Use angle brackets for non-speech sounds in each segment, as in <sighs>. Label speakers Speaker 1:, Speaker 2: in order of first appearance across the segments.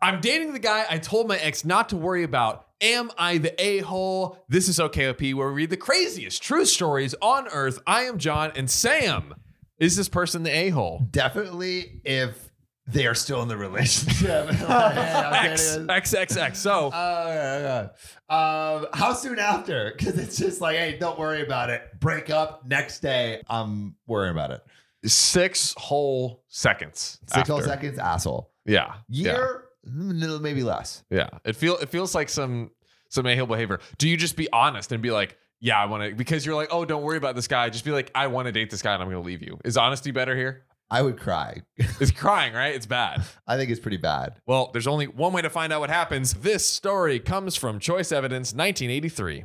Speaker 1: I'm dating the guy I told my ex not to worry about. Am I the a hole? This is OKOP, where we read the craziest true stories on earth. I am John, and Sam is this person the a
Speaker 2: <laughs>
Speaker 1: hole?
Speaker 2: Definitely if they are still in the relationship. <laughs>
Speaker 1: <laughs>
Speaker 2: Like, hey, I'm
Speaker 1: X,
Speaker 2: dating-
Speaker 1: X, X, X. So,
Speaker 2: Oh, yeah, yeah. Um, how soon after? Because it's just like, hey, don't worry about it. Break up next day. I'm worrying about it.
Speaker 1: six whole seconds.
Speaker 2: Six whole
Speaker 1: after.
Speaker 2: seconds, asshole.
Speaker 1: Yeah. Yeah.
Speaker 2: Year, mm, maybe less.
Speaker 1: Yeah. It feel it feels like some some a hole behavior. Do you just be honest and be like, yeah, I want to because you're like, oh, don't worry about this guy. Just be like, I want to date this guy and I'm gonna leave you. Is honesty better here?
Speaker 2: I would cry.
Speaker 1: It's crying, right? It's bad.
Speaker 2: I think it's pretty bad.
Speaker 1: Well, there's only one way to find out what happens. This story comes from Choice Evidence 1983.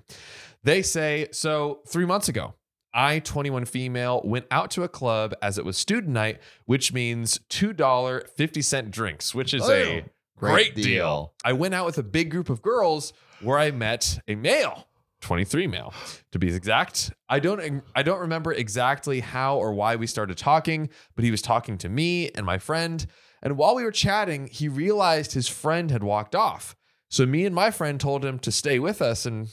Speaker 1: They say so 3 months ago, I 21 female went out to a club as it was student night, which means $2.50 drinks, which
Speaker 2: Oh,
Speaker 1: is a Great deal. I went out with a big group of girls where I met a male, 23 male to be exact. I don't I don't remember exactly how or why we started talking, but he was talking to me and my friend, and while we were chatting, he realized his friend had walked off. So me and my friend told him to stay with us and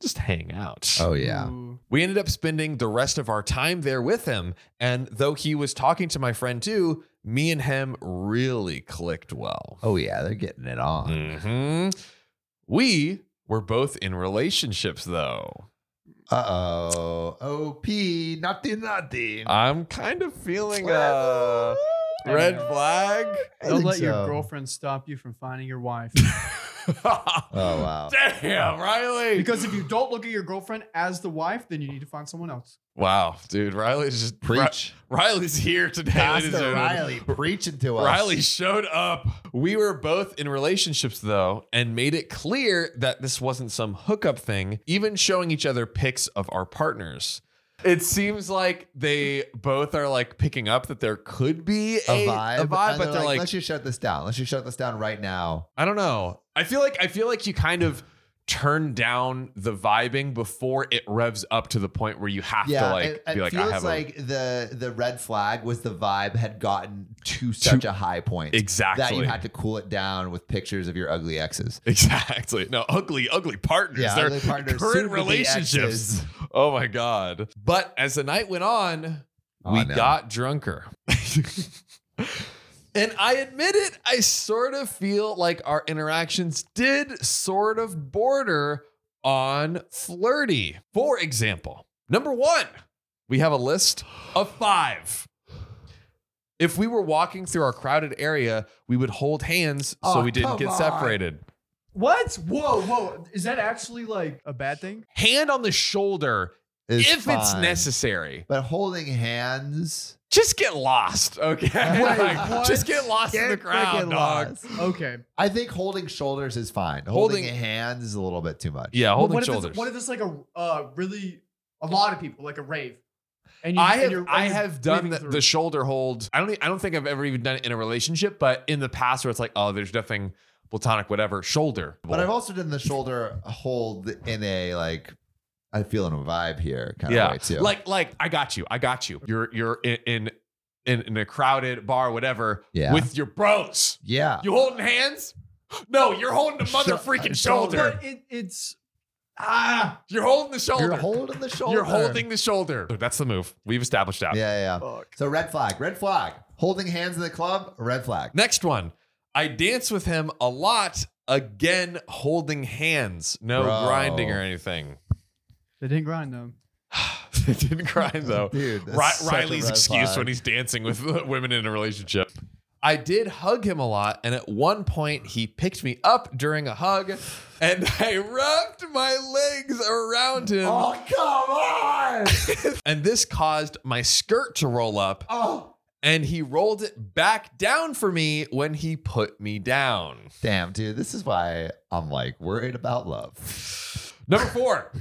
Speaker 1: just hang out.
Speaker 2: Oh yeah.
Speaker 1: We ended up spending the rest of our time there with him, and though he was talking to my friend too, me and him really clicked well.
Speaker 2: Oh yeah. They're getting it on.
Speaker 1: hmm We were both in relationships, though.
Speaker 2: Uh oh. Op. Naughty naughty.
Speaker 1: I'm kind of feeling a red flag. <laughs>
Speaker 2: I
Speaker 3: Don't
Speaker 2: think
Speaker 3: let your
Speaker 2: so.
Speaker 3: girlfriend stop you from finding your <laughs> wife.
Speaker 2: Oh wow.
Speaker 1: <laughs> Damn, Riley.
Speaker 3: because if you don't look at your girlfriend as the wife, then you need to find someone else.
Speaker 1: wow, dude, Riley's just
Speaker 2: Preach.
Speaker 1: Ri- Riley's here today. ladies and
Speaker 2: Pastor
Speaker 1: gentlemen.
Speaker 2: Riley preaching to us.
Speaker 1: Riley showed up. We were both in relationships though, and made it clear that this wasn't some hookup thing, even showing each other pics of our partners. It seems like they both are like picking up that there could be a,
Speaker 2: a vibe,
Speaker 1: a vibe
Speaker 2: and
Speaker 1: but they're like,
Speaker 2: let's just shut this down. Let's just shut this down right now.
Speaker 1: I don't know. I feel like I feel like you kind of turn down the vibing before it revs up to the point where you have
Speaker 2: Yeah,
Speaker 1: to like
Speaker 2: it, it
Speaker 1: be like,
Speaker 2: feels
Speaker 1: I have a
Speaker 2: like the the red flag was the vibe had gotten to such a high point
Speaker 1: exactly
Speaker 2: that you had to cool it down with pictures of your ugly exes.
Speaker 1: <laughs> Exactly. No, ugly, ugly partners.
Speaker 2: Yeah,
Speaker 1: They're
Speaker 2: ugly partners,
Speaker 1: current
Speaker 2: soon-to-be
Speaker 1: relationships.
Speaker 2: exes.
Speaker 1: Oh my god. But as the night went on,
Speaker 2: Oh,
Speaker 1: we
Speaker 2: no.
Speaker 1: got
Speaker 2: <laughs>
Speaker 1: drunker. and I admit it, I sort of feel like our interactions did sort of border on flirty. For example, number 1, we have a list of 5. If we were walking through our crowded area, we would hold hands so
Speaker 2: Aw,
Speaker 1: we didn't
Speaker 2: come
Speaker 1: get
Speaker 2: on.
Speaker 1: separated.
Speaker 3: What? Whoa, whoa. Is that actually like a bad thing?
Speaker 1: hand on the shoulder
Speaker 2: It's
Speaker 1: if it's
Speaker 2: fine.
Speaker 1: necessary.
Speaker 2: But holding hands,
Speaker 1: Just get lost, okay? <laughs>
Speaker 3: Wait,
Speaker 1: Like,
Speaker 3: what?
Speaker 1: just get lost in the
Speaker 2: Get
Speaker 1: crowd,
Speaker 2: freaking
Speaker 1: dog.
Speaker 2: lost.
Speaker 3: Okay.
Speaker 2: I think holding shoulders is fine. Holding,
Speaker 1: Holding-
Speaker 2: hands is a little bit too much.
Speaker 1: Yeah,
Speaker 3: But
Speaker 1: holding
Speaker 3: what If
Speaker 1: shoulders.
Speaker 3: it's, what if it's like a uh, really, a lot of people, like a rave? And
Speaker 1: I
Speaker 3: and
Speaker 1: have
Speaker 3: you're-
Speaker 1: I
Speaker 3: and you're
Speaker 1: have done
Speaker 3: breathing
Speaker 1: the,
Speaker 3: through.
Speaker 1: the shoulder hold. I don't e- I don't think I've ever even done it in a relationship, but in the past where it's like, oh, there's nothing platonic, whatever. Shoulder.
Speaker 2: But I've also done the shoulder hold in a like, I'm feeling a vibe here kind of
Speaker 1: yeah,
Speaker 2: way too.
Speaker 1: like like I got you, I got you. You're you're in in, in, in a crowded bar, whatever,
Speaker 2: Yeah.
Speaker 1: with your bros.
Speaker 2: yeah,
Speaker 1: You holding hands? No, you're holding the mother
Speaker 2: Shou-
Speaker 1: freaking
Speaker 2: shoulder.
Speaker 1: shoulder.
Speaker 3: But it, it's ah.
Speaker 1: You're holding the shoulder.
Speaker 2: you're holding the shoulder.
Speaker 1: You're holding the shoulder. That's the move. We've established that.
Speaker 2: Yeah, yeah. yeah.
Speaker 3: Fuck.
Speaker 2: So red flag, red flag. Holding hands in the club, red flag.
Speaker 1: Next one. I dance with him a lot. Again, holding hands. No
Speaker 2: Bro.
Speaker 1: grinding or anything. <sighs>
Speaker 3: They didn't grind them.
Speaker 1: They didn't grind though.
Speaker 2: Dude, <laughs> that's
Speaker 1: Ri-
Speaker 2: such a
Speaker 1: Riley's
Speaker 2: red
Speaker 1: excuse
Speaker 2: flag.
Speaker 1: when he's dancing with <laughs> women in a relationship. I did hug him a lot, and at one point he picked me up during a hug, and <laughs> I wrapped my legs around him,
Speaker 2: Oh come on!
Speaker 1: <laughs> and this caused my skirt to roll up.
Speaker 2: oh
Speaker 1: and he rolled it back down for me when he put me down.
Speaker 2: damn, dude. This is why I'm like worried about love.
Speaker 1: Number four,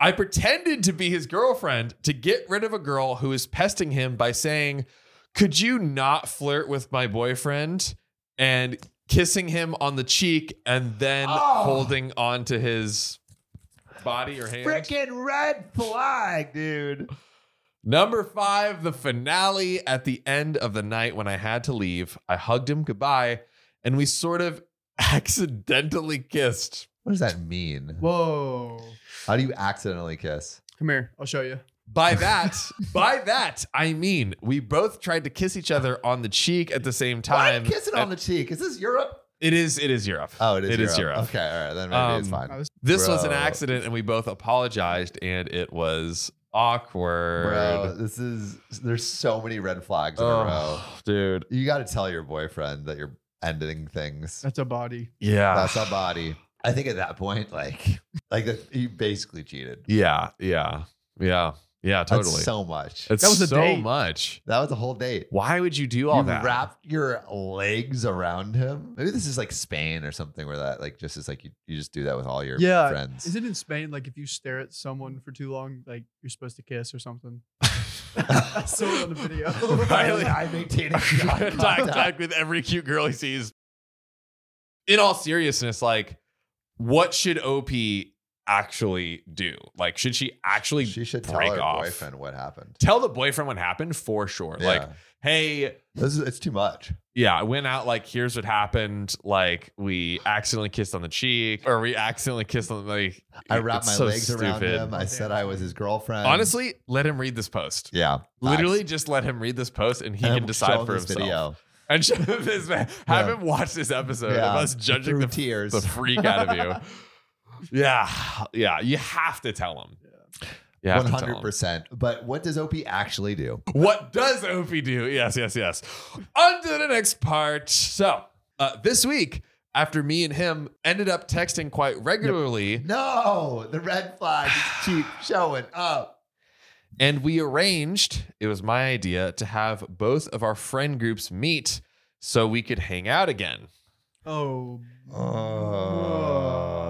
Speaker 1: I pretended to be his girlfriend to get rid of a girl who was pesting him by saying, Could you not flirt with my boyfriend? And kissing him on the cheek and then holding on to his body or hand.
Speaker 2: Freaking red flag, dude.
Speaker 1: Number five, the finale at the end of <laughs> the night when I had to leave. I hugged him goodbye and we sort of accidentally kissed.
Speaker 2: What does that mean?
Speaker 3: Whoa.
Speaker 2: How do you accidentally kiss?
Speaker 3: Come here. I'll show you.
Speaker 1: By that, by that, I mean we both tried to kiss each other on the cheek at the same
Speaker 2: Why
Speaker 1: time.
Speaker 2: kissing on the cheek? Is this Europe?
Speaker 1: It is, it is Europe.
Speaker 2: Oh, it is.
Speaker 1: It
Speaker 2: Europe.
Speaker 1: is Europe.
Speaker 2: Okay, all right, then maybe it's
Speaker 1: Um,
Speaker 2: fine.
Speaker 3: I was-
Speaker 1: This was an
Speaker 2: Bro.
Speaker 1: accident, and we both apologized, and it was awkward.
Speaker 2: Bro, this is there's so many red flags in a row.
Speaker 1: Oh, dude.
Speaker 2: You got to tell your boyfriend that you're
Speaker 1: <sighs>
Speaker 2: ending things.
Speaker 3: That's a body.
Speaker 1: Yeah.
Speaker 2: That's a body. I think at that point, like, <laughs> like that you basically cheated.
Speaker 1: Yeah, yeah, yeah, yeah. Totally.
Speaker 2: That's so much.
Speaker 1: it's
Speaker 3: That was a
Speaker 1: so
Speaker 3: date.
Speaker 1: much.
Speaker 2: that was a whole date.
Speaker 1: Why would you do all
Speaker 2: you
Speaker 1: that? <laughs>
Speaker 2: <laughs> wrapped your legs around him. Maybe this is like Spain or something where that like just is like you, you just do that with all your
Speaker 3: Yeah,
Speaker 1: <laughs>
Speaker 2: friends. <laughs>
Speaker 3: Is it in Spain? Like if you stare at someone for too long, like you're supposed to kiss or something. I saw it on the
Speaker 2: <laughs>
Speaker 3: video. <laughs>
Speaker 1: Riley,
Speaker 2: I
Speaker 1: <laughs>
Speaker 2: maintain
Speaker 1: contact with every cute girl he sees. In all seriousness, like, what should OP actually do? Like, should she actually
Speaker 2: She should tell
Speaker 1: break
Speaker 2: her
Speaker 1: off?
Speaker 2: boyfriend what happened.
Speaker 1: tell the boyfriend what happened for sure? Like,
Speaker 2: Yeah.
Speaker 1: hey,
Speaker 2: this is it's too much.
Speaker 1: yeah, I went out. Like, here's what happened. Like, we accidentally kissed on the cheek, or we accidentally kissed on like.
Speaker 2: I wrapped
Speaker 1: it's
Speaker 2: my
Speaker 1: so
Speaker 2: legs around
Speaker 1: stupid.
Speaker 2: him. I said I was his girlfriend.
Speaker 1: Honestly, let him read this post.
Speaker 2: yeah,
Speaker 1: Literally,
Speaker 2: facts.
Speaker 1: just let him read this post, and he
Speaker 2: And
Speaker 1: can
Speaker 2: I'm
Speaker 1: decide
Speaker 2: showing
Speaker 1: for
Speaker 2: this
Speaker 1: himself. And <laughs> show him this man. Have
Speaker 2: Yeah.
Speaker 1: him watch this episode
Speaker 2: Yeah.
Speaker 1: of us judging
Speaker 2: Through
Speaker 1: the,
Speaker 2: tears.
Speaker 1: the freak out of you.
Speaker 2: <laughs>
Speaker 1: Yeah, yeah, you have to tell him. Yeah,
Speaker 2: One hundred percent. But what does OP actually do?
Speaker 1: What does OP do? Yes, yes, yes. On to the next part. So, uh, this week, after me and him ended up texting quite regularly,
Speaker 2: No, the red flag
Speaker 1: <sighs>
Speaker 2: is keep showing up.
Speaker 1: uh, and we arranged, it was my idea, to have both of our friend groups meet so we could hang out again.
Speaker 3: Oh.
Speaker 2: Uh,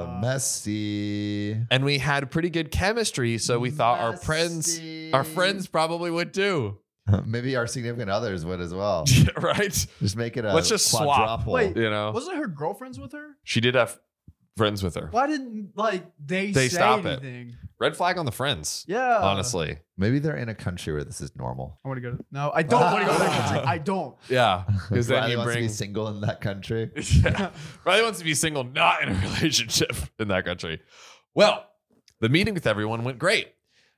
Speaker 2: Oh, messy.
Speaker 1: And we had pretty good chemistry, so we thought our friends our friends probably would do.
Speaker 2: <laughs> maybe our significant others would as well.
Speaker 1: <laughs> right?
Speaker 2: Just make it a
Speaker 1: Let's just swap.
Speaker 2: quadruple.
Speaker 3: Wait.
Speaker 1: You know,
Speaker 3: Wasn't her girlfriend's with her?
Speaker 1: she did have friends with her.
Speaker 3: Why didn't like they,
Speaker 1: They
Speaker 3: say
Speaker 1: stop it.
Speaker 3: anything?
Speaker 1: Red flag on the friends.
Speaker 3: Yeah.
Speaker 1: Honestly,
Speaker 2: Maybe they're in a country where this is normal.
Speaker 3: I want to go. To, no, I don't want to go to that country. I don't.
Speaker 1: <laughs> yeah, because then
Speaker 2: Riley
Speaker 1: you
Speaker 2: wants to
Speaker 1: bring.
Speaker 2: be single in
Speaker 1: <laughs>
Speaker 2: that country.
Speaker 1: yeah. Riley wants to be single, not in a <laughs> relationship in that country. Well, the meeting with everyone went great.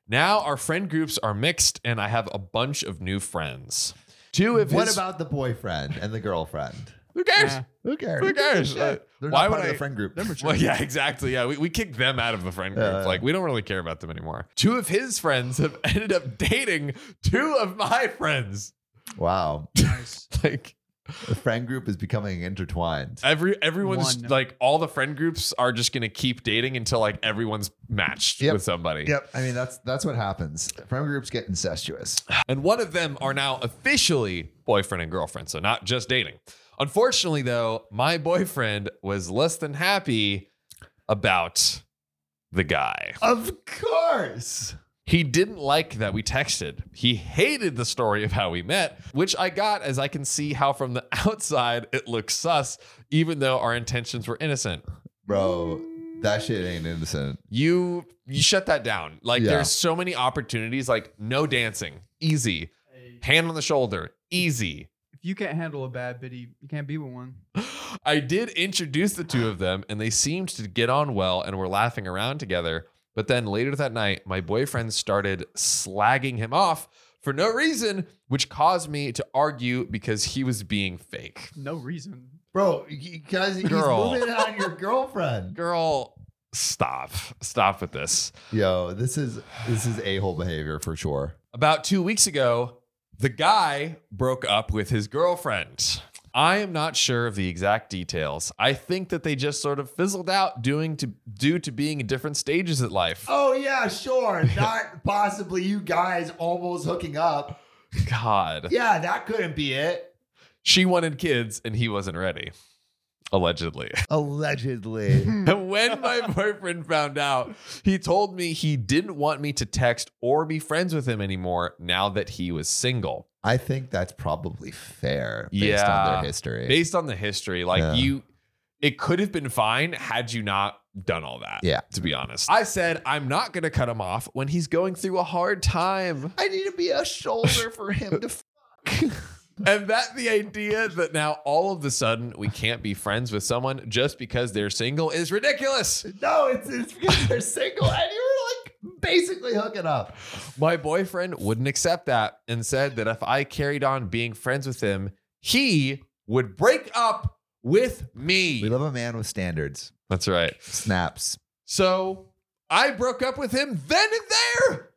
Speaker 1: Now our friend groups are mixed, and I have a bunch of new friends. Two of
Speaker 2: What
Speaker 1: his.
Speaker 2: about the boyfriend and the girlfriend?
Speaker 1: who cares?
Speaker 3: Nah.
Speaker 2: Who cares?
Speaker 1: Who cares? Uh,
Speaker 2: They're
Speaker 1: why
Speaker 2: not
Speaker 1: would
Speaker 2: part of
Speaker 1: I-
Speaker 2: the friend group. <laughs>
Speaker 3: They're mature.
Speaker 1: <laughs> Well, yeah, exactly. Yeah, we, we kicked them out of the friend group.
Speaker 2: Yeah.
Speaker 1: like, we don't really care about them anymore. Two of his friends have <laughs> ended up dating two of my friends.
Speaker 2: Wow.
Speaker 3: Nice.
Speaker 1: Like,
Speaker 2: The friend group is becoming intertwined.
Speaker 1: every everyone's
Speaker 3: One.
Speaker 1: like, all the friend groups are just gonna keep dating until like everyone's matched
Speaker 2: Yep.
Speaker 1: with somebody.
Speaker 2: Yep. I mean, that's that's what happens. Friend groups get incestuous.
Speaker 1: And one of them are now officially boyfriend and girlfriend, so not just dating. Unfortunately, though, my boyfriend was less than happy about the guy.
Speaker 2: Of course.
Speaker 1: He didn't like that we texted. He hated the story of how we met, which I got as I can see how from the <laughs> outside it looks sus, even though our intentions were innocent.
Speaker 2: Bro, that shit ain't innocent.
Speaker 1: You you shut that down. Like
Speaker 2: Yeah.
Speaker 1: there's so many opportunities, like no dancing, easy.
Speaker 3: Hey,
Speaker 1: Hand on the shoulder, easy.
Speaker 3: If you can't handle a bad biddy, you can't be with one.
Speaker 1: <laughs> I did introduce the two of them and they seemed to get on well and were laughing around together. But then later that night, my boyfriend started slagging him off for no reason, which caused me to argue because he was being fake.
Speaker 3: No reason.
Speaker 2: Bro, because he's
Speaker 1: Girl.
Speaker 2: moving
Speaker 1: <laughs>
Speaker 2: in on your girlfriend.
Speaker 1: Girl, stop. Stop with this.
Speaker 2: Yo, this is this is a-hole behavior for sure.
Speaker 1: About two weeks ago, the guy broke up with his girlfriend. I am not sure of the exact details. I think that they just sort of fizzled out doing to due to being in different stages at life.
Speaker 2: Oh yeah, sure. Not <laughs> possibly you guys almost hooking up.
Speaker 1: God.
Speaker 2: Yeah, that couldn't be it.
Speaker 1: She wanted kids and he wasn't ready, allegedly.
Speaker 2: Allegedly.
Speaker 1: And <laughs> when
Speaker 2: <laughs>
Speaker 1: my boyfriend found out, he told me he didn't want me to text or be friends with him anymore now that he was single.
Speaker 2: I think that's probably fair based on
Speaker 1: Yeah.
Speaker 2: their history.
Speaker 1: Based on the history, like
Speaker 2: Yeah.
Speaker 1: you, it could have been fine had you not done all that.
Speaker 2: Yeah.
Speaker 1: To be honest, I said, I'm not going to cut him off
Speaker 2: <laughs>
Speaker 1: when he's going through a hard time.
Speaker 2: I need to be a shoulder for him to fuck.
Speaker 1: and that the idea that now all of the sudden we can't be friends with someone just because they're single is ridiculous.
Speaker 2: No, it's, it's because they're single and you were like basically hooking up.
Speaker 1: My boyfriend wouldn't accept that and said that if I carried on being friends with him, he would break up with
Speaker 2: We
Speaker 1: me.
Speaker 2: love a man with standards.
Speaker 1: That's right.
Speaker 2: Snaps.
Speaker 1: So I broke up with him then and there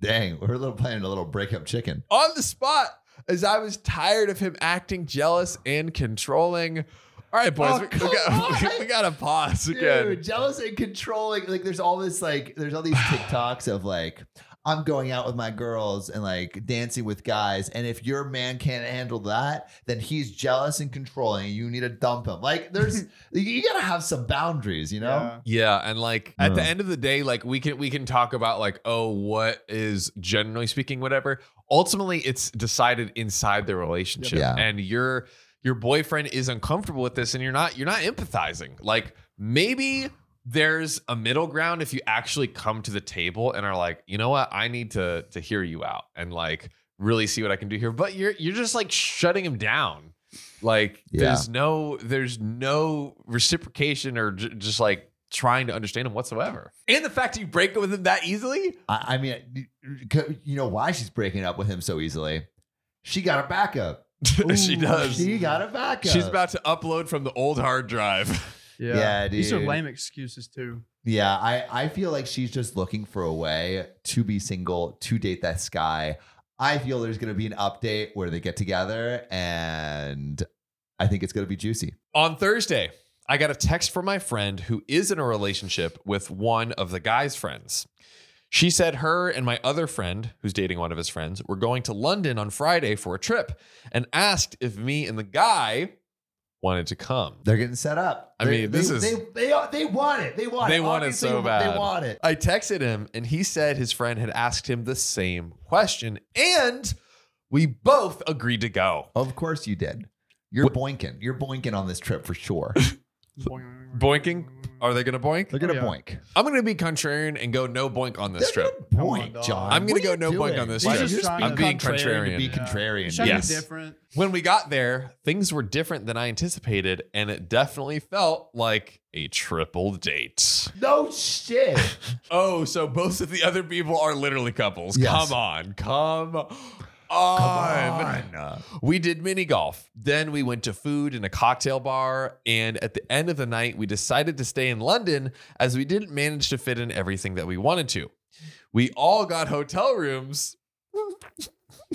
Speaker 2: Dang, we're a little playing a little breakup chicken.
Speaker 1: on the spot as I was tired of him acting jealous and controlling. All right, boys,
Speaker 2: Oh,
Speaker 1: we- we,
Speaker 2: come
Speaker 1: got, <laughs>
Speaker 2: on.
Speaker 1: we, gotta pause again.
Speaker 2: Dude, jealous and controlling. Like, there's all this, like, there's
Speaker 1: <sighs>
Speaker 2: all these TikToks of like, I'm going out with my girls and like dancing with guys. And if your man can't handle that, then he's jealous and controlling. And you need to dump him.
Speaker 1: <laughs>
Speaker 2: Like, there's, you- you gotta have some boundaries, you know?
Speaker 3: Yeah.
Speaker 1: Yeah, and like at the
Speaker 2: Yeah.
Speaker 1: end of the day, like we can we can talk about like oh what is generally speaking whatever. Ultimately, it's decided inside the relationship,
Speaker 2: Yeah.
Speaker 1: and your your boyfriend is uncomfortable with this, and you're not you're not empathizing. Like maybe there's a middle ground if you actually come to the table and are like, you know what, I need to to hear you out and like really see what I can do here. But you're you're just like shutting him down. Like
Speaker 2: Yeah.
Speaker 1: there's no there's no reciprocation or j- just like trying to understand him whatsoever. And the fact that you break up with him that easily, <laughs>
Speaker 2: I, I mean, you- you know why she's breaking up with him so easily? She got a backup.
Speaker 1: <laughs> she does.
Speaker 2: She got a backup.
Speaker 1: She's about to upload from the old hard drive. <laughs>
Speaker 3: Yeah.
Speaker 2: Yeah,
Speaker 3: These are
Speaker 2: dude.
Speaker 3: lame excuses too.
Speaker 2: Yeah, I, I feel like she's just looking for a way to be single, to date that sky. I feel there's going to be an update where they get together, and I think it's going to be juicy.
Speaker 1: On Thursday, I got a text from my friend who is in a relationship with one of the guy's friends. She said her and my other friend, who's dating one of his friends, were going to London on Friday for a trip and asked if me and the guy wanted to come.
Speaker 2: They're getting set up.
Speaker 1: I
Speaker 2: They-
Speaker 1: mean, this
Speaker 2: they,
Speaker 1: is-
Speaker 2: they, they are- they want it. They want
Speaker 1: They
Speaker 2: it.
Speaker 1: want it
Speaker 2: Obviously,
Speaker 1: so
Speaker 2: They
Speaker 1: bad.
Speaker 2: want it.
Speaker 1: I texted him and he said his friend had asked him the same question and we both agreed to go.
Speaker 2: Of course you did. You're boinking. You're boinking on this trip
Speaker 1: <laughs>
Speaker 2: for sure.
Speaker 1: Boinking? Are they going to boink?
Speaker 2: They're gonna
Speaker 3: Oh, yeah.
Speaker 2: boink.
Speaker 1: I'm going to be contrarian and go no boink on this
Speaker 2: They're
Speaker 1: trip.
Speaker 2: gonna
Speaker 3: Come on,
Speaker 2: boink,
Speaker 3: dog.
Speaker 2: John.
Speaker 1: I'm gonna
Speaker 2: What are
Speaker 1: go
Speaker 2: you
Speaker 1: no boink
Speaker 2: doing?
Speaker 1: on this
Speaker 2: Why
Speaker 3: trip.
Speaker 2: are you
Speaker 3: Just
Speaker 2: being
Speaker 3: trying to-
Speaker 1: I'm being
Speaker 2: contrarian to be
Speaker 3: contrarian.
Speaker 2: contrarian.
Speaker 3: Should
Speaker 1: Yes.
Speaker 3: be different.
Speaker 1: When we got there, things were different than I anticipated and it definitely felt like a triple date. <laughs>
Speaker 2: No shit.
Speaker 1: Oh, so both of the other people are literally couples.
Speaker 2: Yes.
Speaker 1: Come on. Come on.
Speaker 2: on.
Speaker 1: We did mini golf. Then we went to food in a cocktail bar. And at the end of the night, we decided to stay in London as we didn't manage to fit in everything that we wanted to. We all got hotel rooms. <laughs>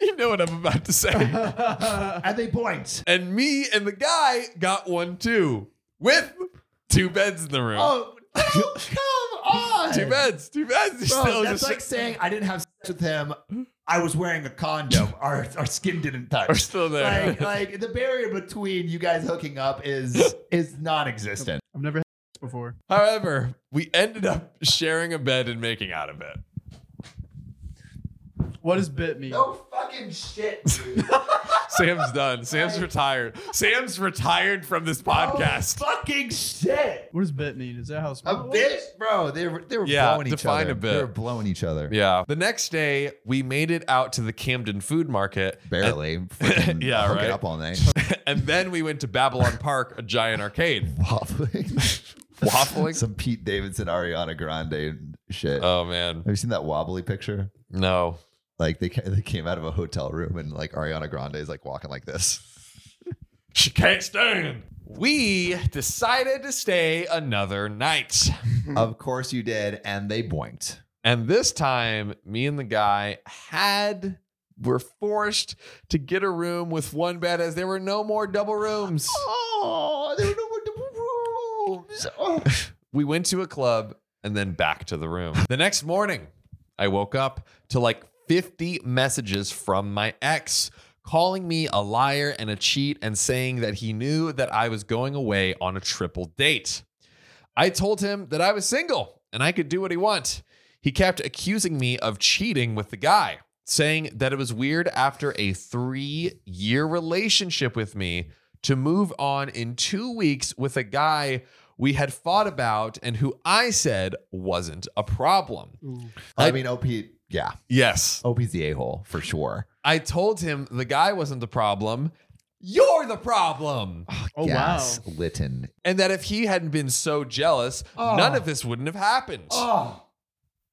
Speaker 1: you know what I'm about to <laughs> say.
Speaker 2: <laughs> And they boinked.
Speaker 1: and me and the guy got one too, with two beds in the room.
Speaker 2: Oh, come on.
Speaker 1: Two beds, two beds. You
Speaker 2: Bro,
Speaker 1: still
Speaker 2: that's
Speaker 1: just- <laughs>
Speaker 2: like saying I didn't have sex with him. I was wearing
Speaker 1: <laughs>
Speaker 2: a condom. Our, our skin didn't
Speaker 1: are
Speaker 2: touch.
Speaker 1: still there.
Speaker 2: Like, uh, like the barrier between you guys hooking up
Speaker 1: <laughs>
Speaker 2: is is non-existent.
Speaker 3: I've never had before.
Speaker 1: However, we ended up sharing a bed and making out of it.
Speaker 3: What does bit mean?
Speaker 2: No fucking shit, dude.
Speaker 1: Sam's done. Sam's retired. Sam's retired from this <laughs>
Speaker 2: Oh,
Speaker 1: podcast.
Speaker 2: No fucking shit.
Speaker 3: What does bit mean? Is that how
Speaker 2: A
Speaker 3: small?
Speaker 2: bit, bro. They were they were
Speaker 1: Yeah,
Speaker 2: blowing each
Speaker 1: define
Speaker 2: other.
Speaker 1: a bit.
Speaker 2: They were blowing each other.
Speaker 1: Yeah. The next day, we made it out to the Camden Food Market.
Speaker 2: Barely. Freaking
Speaker 1: Yeah,
Speaker 2: hooking
Speaker 1: right.
Speaker 2: Up all night.
Speaker 1: <laughs> And then we went to Babylon Park, a giant arcade.
Speaker 2: <laughs> Waffling.
Speaker 1: Waffling?
Speaker 2: Some Pete Davidson, Ariana Grande shit.
Speaker 1: Oh, man.
Speaker 2: Have you seen that wobbly picture?
Speaker 1: No.
Speaker 2: Like they ca- they came out of a hotel room and like Ariana Grande is like walking like this.
Speaker 1: She can't stand. We decided to stay another night.
Speaker 2: of course you did, and they boinked.
Speaker 1: And this time, me and the guy had were forced to get a room with one bed as there were no more double rooms.
Speaker 2: Oh, there were no more rooms. Oh.
Speaker 1: We went to a club and then back to the room. The next morning, I woke up to like 50 messages from my ex calling me a liar and a cheat and saying that he knew that I was going away on a triple date. I told him that I was single and I could do what he want. He kept accusing me of cheating with the guy, saying that it was weird after a 3-year relationship with me to move on in 2 weeks with a guy we had fought about and who I said wasn't a problem.
Speaker 3: Ooh.
Speaker 2: I
Speaker 1: I-
Speaker 2: mean, OP, yeah,
Speaker 1: Yes.
Speaker 2: OP's the a hole for sure.
Speaker 1: I told him the guy wasn't the problem. You're the problem.
Speaker 3: Oh,
Speaker 2: Gas
Speaker 3: wow.
Speaker 2: Litton.
Speaker 1: And that if he hadn't been so jealous,
Speaker 2: Oh.
Speaker 1: none of this wouldn't have happened.
Speaker 2: Oh,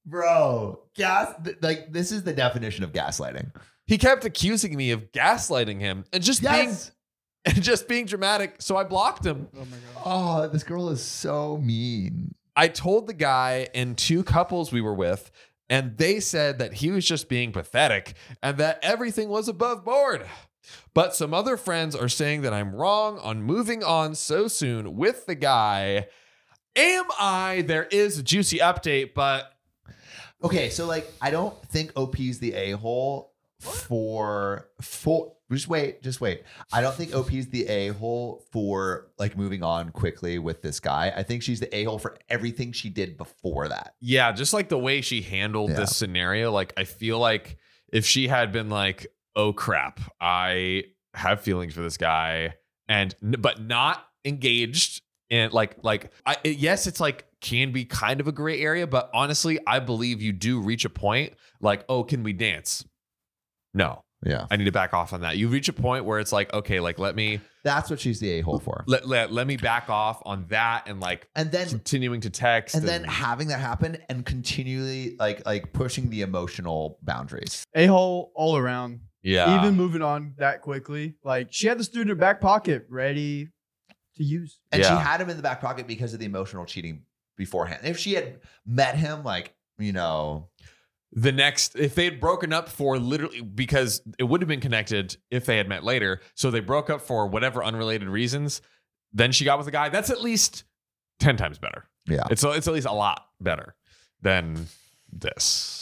Speaker 2: bro, gas. th- like this is the definition of gaslighting.
Speaker 1: He kept accusing me of gaslighting him and just
Speaker 2: Yes.
Speaker 1: being <laughs> and just being dramatic, so I blocked him.
Speaker 3: Oh, my God.
Speaker 2: Oh, this girl is so mean.
Speaker 1: I told the guy and two couples we were with, and they said that he was just being pathetic and that everything was above board. But some other friends are saying that I'm wrong on moving on so soon with the guy. Am I? There is a juicy update, but
Speaker 2: Okay, so like I don't think OP's the a hole for for. Just wait, just wait. I don't think OP's the a hole for like moving on quickly with this guy. I think she's the a hole for everything she did before that.
Speaker 1: yeah, just like the way she handled
Speaker 2: Yeah.
Speaker 1: this scenario, like I feel like if she had been like, "Oh crap, I have feelings for this guy," and but not engaged and like like I it- yes, it's like can be kind of a gray area, but honestly, I believe you do reach a point like, "Oh, can we dance?" No,
Speaker 2: Yeah,
Speaker 1: I need to back off on that. You reach a point where it's like, "Okay, like let me
Speaker 2: that's what she's the a hole for.
Speaker 1: let, let let me back off on that and like
Speaker 2: And then
Speaker 1: continuing to text
Speaker 2: and then having that happen and continually like like pushing the emotional boundaries.
Speaker 3: A hole all around.
Speaker 1: yeah.
Speaker 3: Even moving on that quickly. Like, she had this dude in her back pocket ready to use.
Speaker 2: And
Speaker 1: Yeah.
Speaker 2: she had him in the back pocket because of the emotional cheating beforehand. If she had met him like, you know,
Speaker 1: the next if they had broken up for literally because it would have been connected if they had met later so they broke up for whatever unrelated reasons then she got with a guy that's at least 10 times better
Speaker 2: yeah.
Speaker 1: it's, it's at least a lot better than this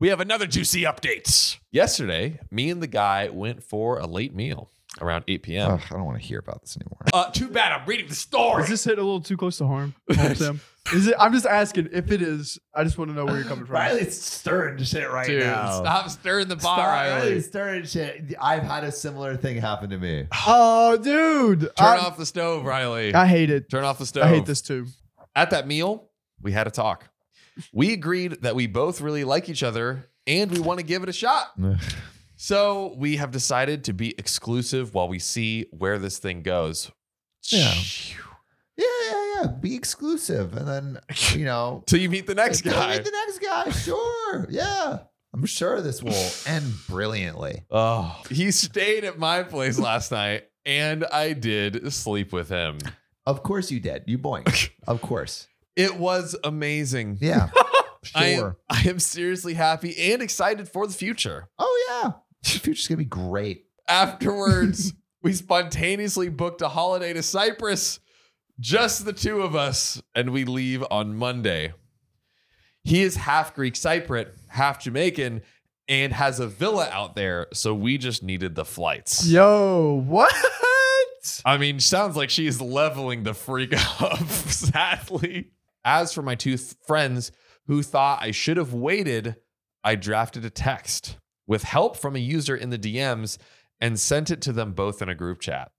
Speaker 1: we have another juicy update yesterday me and the guy went for a late meal around 8 p.m
Speaker 2: Ugh, I don't want to hear about this anymore.
Speaker 1: uh, too bad i'm reading the story
Speaker 3: Oh. Is this hit a little too close to harm? home, Sam? Is it? I'm just asking. If it is, I just want to know where you're coming from.
Speaker 2: Riley's stirring shit right
Speaker 1: Dude,
Speaker 2: now.
Speaker 1: stop stirring the pot
Speaker 2: Stop
Speaker 1: riley
Speaker 2: Riley's stirring shit. I've had a similar thing happen to me.
Speaker 3: Oh, dude.
Speaker 1: turn
Speaker 3: I,
Speaker 1: off the stove riley
Speaker 3: Um, I hate it.
Speaker 1: turn off the stove
Speaker 3: I hate this too.
Speaker 1: At that meal, we had a talk. We agreed that we both really like each other and we want to give it a
Speaker 2: <sighs>
Speaker 1: shot. so we have decided to be exclusive while we see where this thing goes.
Speaker 2: Yeah. Yeah, yeah, yeah. Be exclusive, and then you know,
Speaker 1: Till you meet the <laughs> next
Speaker 2: go
Speaker 1: guy.
Speaker 2: <laughs> meet the next guy. Sure, yeah. I'm sure this will end brilliantly.
Speaker 1: oh. He stayed at my place last night and I did sleep with him.
Speaker 2: Of course you did. You
Speaker 1: <laughs>
Speaker 2: boink. of course.
Speaker 1: It was amazing.
Speaker 2: Yeah.
Speaker 1: <laughs>
Speaker 2: Sure.
Speaker 1: I am, I am seriously happy and excited for the future.
Speaker 2: oh yeah. The future's gonna be great.
Speaker 1: Afterwards, we spontaneously booked a holiday to Cyprus, just the two of us, and we leave on Monday. He is half Greek Cypriot, half Jamaican, and has a villa out there, so we just needed the flights.
Speaker 3: Yo, what?
Speaker 1: I mean, sounds like she's leveling the freak <laughs> up, sadly. As for my two th- friends who thought I should have waited, I drafted a text with help from a user in the DMs and sent it to them both in a group chat.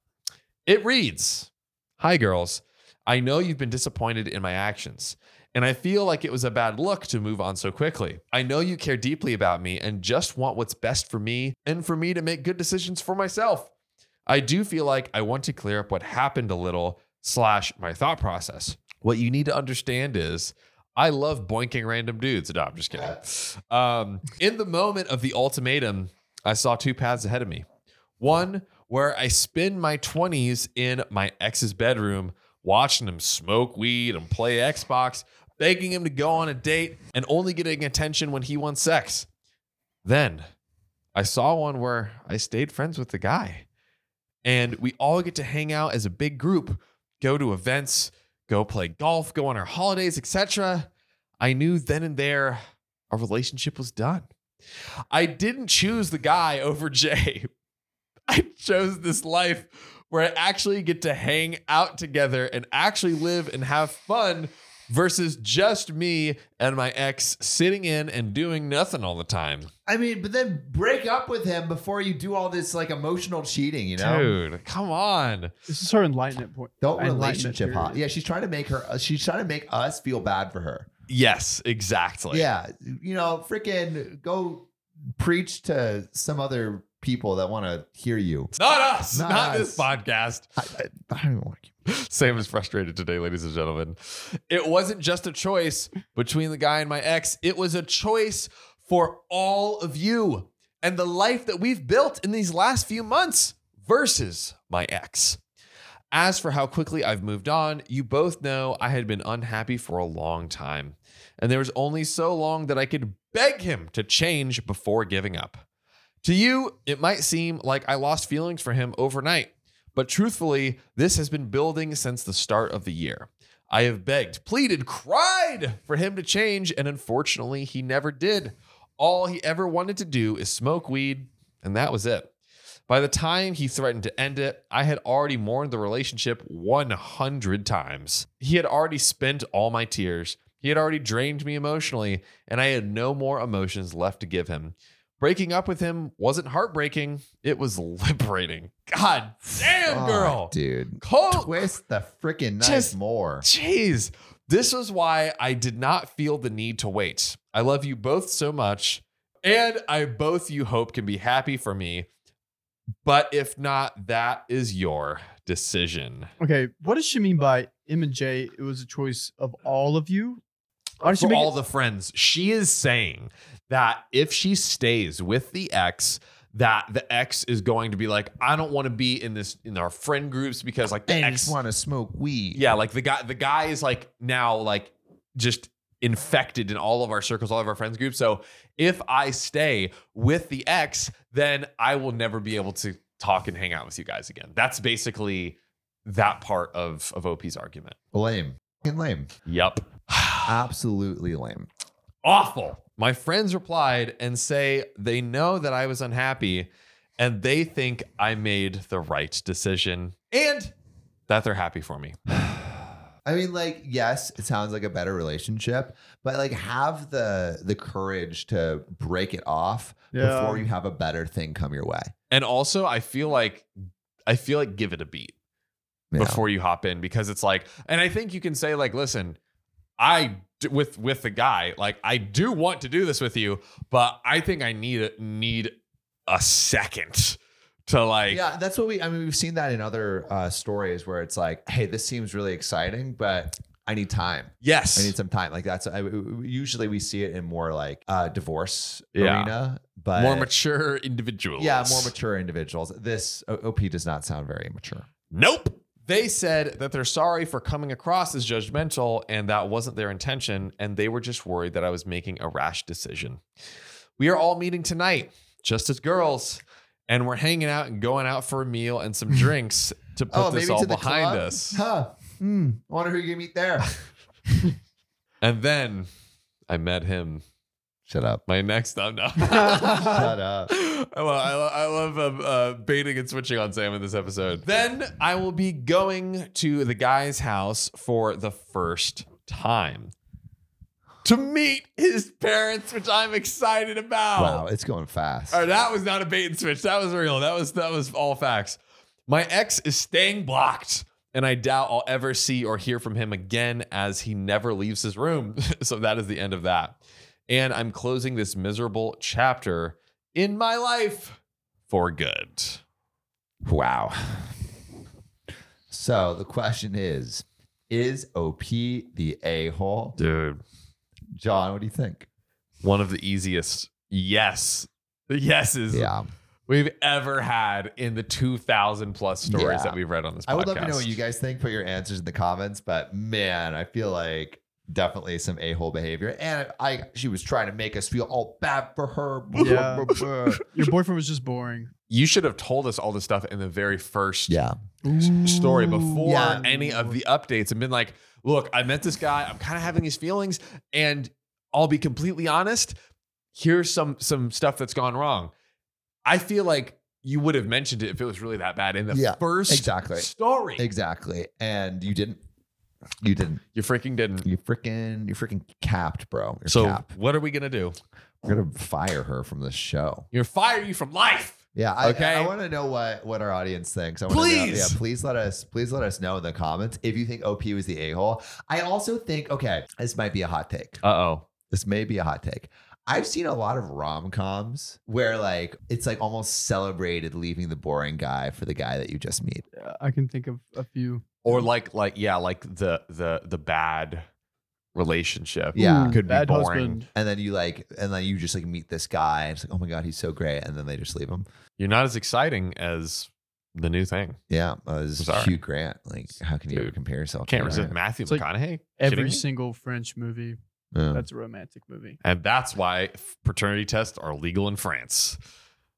Speaker 1: It reads Hi, girls. I know you've been disappointed in my actions, and I feel like it was a bad look to move on so quickly. I know you care deeply about me and just want what's best for me and for me to make good decisions for myself. I do feel like I want to clear up what happened a little, slash, my thought process. What you need to understand is I love boinking random dudes. No, I'm just kidding. Um, in the moment of the ultimatum, I saw two paths ahead of me. One where I spend my 20s in my ex's bedroom, watching him smoke weed and play Xbox, begging him to go on a date, and only getting attention when he wants sex. Then I saw one where I stayed friends with the guy, and we all get to hang out as a big group, go to events, go play golf, go on our holidays, etc. I knew then and there our relationship was done. I didn't choose the guy over <laughs> Jay, I chose this life where I actually get to hang out together and actually live and have fun versus just me and my ex sitting in and doing nothing all the time.
Speaker 2: I mean, but then break up with him before you do all this like emotional cheating, you know?
Speaker 1: Dude, come on.
Speaker 3: This is her enlightenment point.
Speaker 2: Don't
Speaker 3: enlightenment
Speaker 2: relationship
Speaker 3: period.
Speaker 2: hot. Yeah, she's trying to make her. uh, She's trying to make us feel bad for her.
Speaker 1: Yes, exactly.
Speaker 2: yeah, you know, freaking go preach to some other people that want to hear you.
Speaker 1: It's not us,
Speaker 2: Not
Speaker 1: not this
Speaker 2: us.
Speaker 1: podcast.
Speaker 2: I, I, I don't even want to.
Speaker 1: Sam is frustrated today, ladies and gentlemen. It wasn't just a choice between the guy and my ex, it was a choice for all of you and the life that we've built in these last few months versus my ex. As for how quickly I've moved on, you both know I had been unhappy for a long time, and there was only so long that I could beg him to change before giving up. To you, it might seem like I lost feelings for him overnight, but truthfully, this has been building since the start of the year. I have begged, pleaded, cried for him to change, and unfortunately, he never did. All he ever wanted to do is smoke weed, and that was it. By the time he threatened to end it, I had already mourned the relationship 100 times. He had already spent all my tears. He had already drained me emotionally, and I had no more emotions left to give him. Breaking up with him wasn't heartbreaking, it was <laughs> liberating. God damn,
Speaker 2: Fuck,
Speaker 1: girl.
Speaker 2: dude,
Speaker 1: Cold.
Speaker 2: twist the freaking knife
Speaker 1: Just-
Speaker 2: more.
Speaker 1: Jeez. This was why I did not feel the need to wait. I love you both so much. And I both you hope can be happy for me. But if not, that is your decision.
Speaker 3: Okay, what does she mean by M and J? It was a choice of all of you. Why did she
Speaker 1: for
Speaker 3: make
Speaker 1: all
Speaker 3: it-
Speaker 1: the friends. She is saying that if she stays with the ex, that the ex is going to be like, I don't want to be in this in our friend groups because like the
Speaker 2: They
Speaker 1: ex
Speaker 2: just want to smoke weed.
Speaker 1: Yeah, like the guy the guy is like now like just infected in all of our circles, all of our friends groups. So if I stay with the ex, then I will never be able to talk and hang out with you guys again. That's basically that part of of OP's argument.
Speaker 2: lame, Fucking <sighs> lame,
Speaker 1: Yep.
Speaker 2: absolutely lame.
Speaker 1: Awful. My friends replied and say they know that I was unhappy and they think I made the right decision and that they're happy for me.
Speaker 2: I mean, like, yes, it sounds like a better relationship, but like, have the the courage to break it off
Speaker 3: Yeah.
Speaker 2: before you have a better thing come your way.
Speaker 1: And also, I feel like I feel like give it a beat
Speaker 2: you know?
Speaker 1: before you hop in because it's like, and I think you can say like, listen, I d- with with the guy, like I do want to do this with you, but I think I need a, need a second to like,
Speaker 2: yeah, that's what we. I mean, we've seen that in other uh, stories where it's like, hey, this seems really exciting, but I need time. I
Speaker 1: yes,
Speaker 2: need some time. Like that's I, usually we see it in more like uh, divorce
Speaker 1: Yeah.
Speaker 2: arena, but
Speaker 1: more mature individuals.
Speaker 2: Yeah, more mature individuals. This O- OP does not sound very mature.
Speaker 1: Nope. They said that they're sorry for coming across as judgmental and that wasn't their intention. And they were just worried that I was making a rash decision. We are all meeting tonight, just as girls, and we're hanging out and going out for a meal and <laughs> some drinks Oh, to
Speaker 2: Oh,
Speaker 1: put this all behind us.
Speaker 2: Huh. Hmm. Wonder who you
Speaker 1: <laughs>
Speaker 2: meet there.
Speaker 1: And then I met him.
Speaker 2: Shut up.
Speaker 1: My next, I'm not. <laughs>
Speaker 2: Shut up.
Speaker 1: I love, I love, I love um, uh, baiting and switching on Sam in this episode. Then I will be going to the guy's house for the first time. to meet his parents, which I'm excited about.
Speaker 2: Wow, it's going fast.
Speaker 1: All right, that was not a bait and switch. That was real. That was that was all facts. My ex is staying blocked, and I doubt I'll ever see or hear from him again as he never leaves his room. <laughs> so that is the end of that. And I'm closing this miserable chapter in my life for good.
Speaker 2: Wow. So the question is Is OP the a hole?
Speaker 1: Dude,
Speaker 2: John, what do you think?
Speaker 1: one of the easiest yes. The yeses
Speaker 2: Yeah.
Speaker 1: we've ever had in the 2000 plus stories
Speaker 2: Yeah.
Speaker 1: that we've read on this podcast.
Speaker 2: I would love to know what you guys think. Put your answers in the comments. But man, I feel like definitely some a hole behavior. And I, she was trying to make us feel all bad for her. <laughs>
Speaker 3: Yeah. <laughs> Your boyfriend was just boring.
Speaker 1: you should have told us all this stuff in the very first s- story before
Speaker 2: Mm, Yeah.
Speaker 1: any of the updates and been like, look, I met this guy. I'm kind of having these feelings, and I'll be completely honest. Here's some some stuff that's gone wrong. I feel like you would have mentioned it if it was really that bad in the
Speaker 2: Yeah,
Speaker 1: first
Speaker 2: exactly.
Speaker 1: story.
Speaker 2: Exactly. And you didn't. You didn't.
Speaker 1: You freaking didn't.
Speaker 2: You freaking. You freaking capped, bro. You're
Speaker 1: So
Speaker 2: cap.
Speaker 1: what are we gonna do?
Speaker 2: We're gonna fire her from the show.
Speaker 1: You're fire you from life.
Speaker 2: Yeah, I,
Speaker 1: Okay.
Speaker 2: I, want to know what what our audience thinks. I wanna know-
Speaker 1: Please.
Speaker 2: yeah, please let us please let us know in the comments if you think OP was the a hole. I also think okay, this might be a hot take.
Speaker 1: Uh oh.
Speaker 2: This may be a hot take. I've seen a lot of rom coms where like it's like almost celebrated leaving the boring guy for the guy that you just meet.
Speaker 3: Yeah, I can think of a few.
Speaker 1: Or like like yeah like the the the bad relationship.
Speaker 2: Yeah.
Speaker 1: could
Speaker 3: Bad
Speaker 1: be boring.
Speaker 3: husband.
Speaker 2: And then you like, and then you just like meet this guy. And it's like, oh my god, he's so great. And then they just leave him.
Speaker 1: You're not as exciting as the new thing.
Speaker 2: Yeah, uh, this is
Speaker 1: Sorry.
Speaker 2: Hugh Grant. Like, how can you ever
Speaker 1: Dude,
Speaker 2: compare yourself? to
Speaker 1: Can't
Speaker 2: Hugh
Speaker 1: resist
Speaker 2: Grant?
Speaker 1: Matthew
Speaker 3: It's like
Speaker 1: McConaughey. Kidding
Speaker 3: Every
Speaker 1: me?
Speaker 3: single French movie
Speaker 2: Yeah.
Speaker 3: that's a romantic movie.
Speaker 1: and that's why paternity tests are legal in France.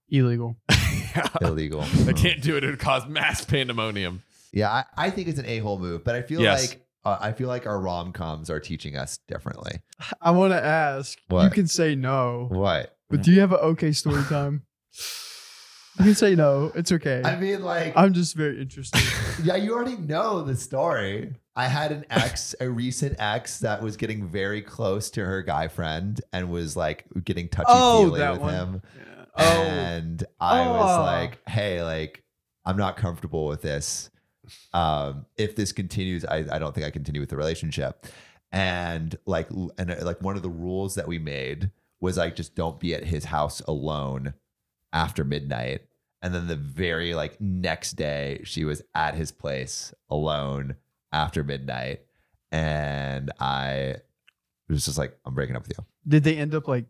Speaker 3: Illegal. <laughs>
Speaker 1: <laughs>
Speaker 2: illegal.
Speaker 1: I can't do it; it would cause mass pandemonium.
Speaker 2: Yeah, I, I think it's an a hole move, but I feel
Speaker 1: Yes.
Speaker 2: like uh, I feel like our rom coms are teaching us differently.
Speaker 3: I want to ask. You
Speaker 2: What?
Speaker 3: can say no,
Speaker 2: What?
Speaker 3: but do you have an okay story time? you can say no. It's okay.
Speaker 2: I mean, like,
Speaker 3: I'm just very interested.
Speaker 2: yeah, you already know the story. I had an ex, a recent ex, that was getting very close to her guy friend and was like getting touchy
Speaker 3: Oh,
Speaker 2: feely with him.
Speaker 3: Yeah. <laughs>
Speaker 2: and I was
Speaker 3: Oh.
Speaker 2: like, "Hey, like, I'm not comfortable with this. Um, if this continues, I, I don't think I continue with the relationship." And like, l- and uh, like one of the rules that we made was like, just don't be at his house alone after midnight. And then the very like next day, she was at his place alone after midnight, and I was just like, "I'm breaking up with you."
Speaker 3: Did they end up like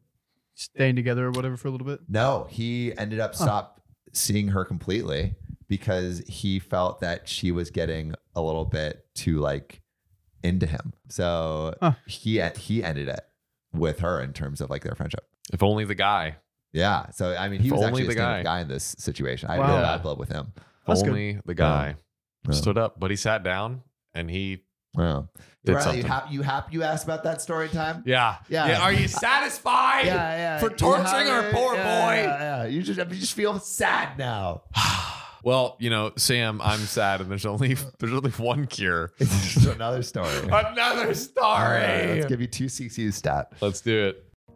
Speaker 3: staying together or whatever for a little bit?
Speaker 2: No, he ended up
Speaker 3: Huh.
Speaker 2: stop seeing her completely because he felt that she was getting a little bit too like into him. So
Speaker 3: Huh.
Speaker 2: he e, he ended it with her in terms of like their friendship.
Speaker 1: If only the guy.
Speaker 2: Yeah. So I mean, he
Speaker 1: If
Speaker 2: was
Speaker 1: only
Speaker 2: actually
Speaker 1: the
Speaker 2: the guy.
Speaker 1: guy.
Speaker 2: guy in this situation. I had
Speaker 3: Wow.
Speaker 2: real bad blood with him.
Speaker 1: If
Speaker 3: That's good.
Speaker 1: only the guy
Speaker 2: Yeah.
Speaker 1: stood up, but he sat down and he
Speaker 2: Wow.
Speaker 1: did
Speaker 2: Riley,
Speaker 1: something.
Speaker 2: you happy? You happy? You asked about that story time?
Speaker 1: yeah.
Speaker 2: Yeah.
Speaker 1: Are you satisfied? For torturing our poor boy.
Speaker 2: yeah, yeah. You just you just feel
Speaker 1: <laughs>
Speaker 2: sad now.
Speaker 1: Well, you know, Sam, I'm sad, and there's only there's only one cure.
Speaker 2: It's just another story.
Speaker 1: Another story.
Speaker 2: All right, let's give you two CCU stat.
Speaker 1: let's do it.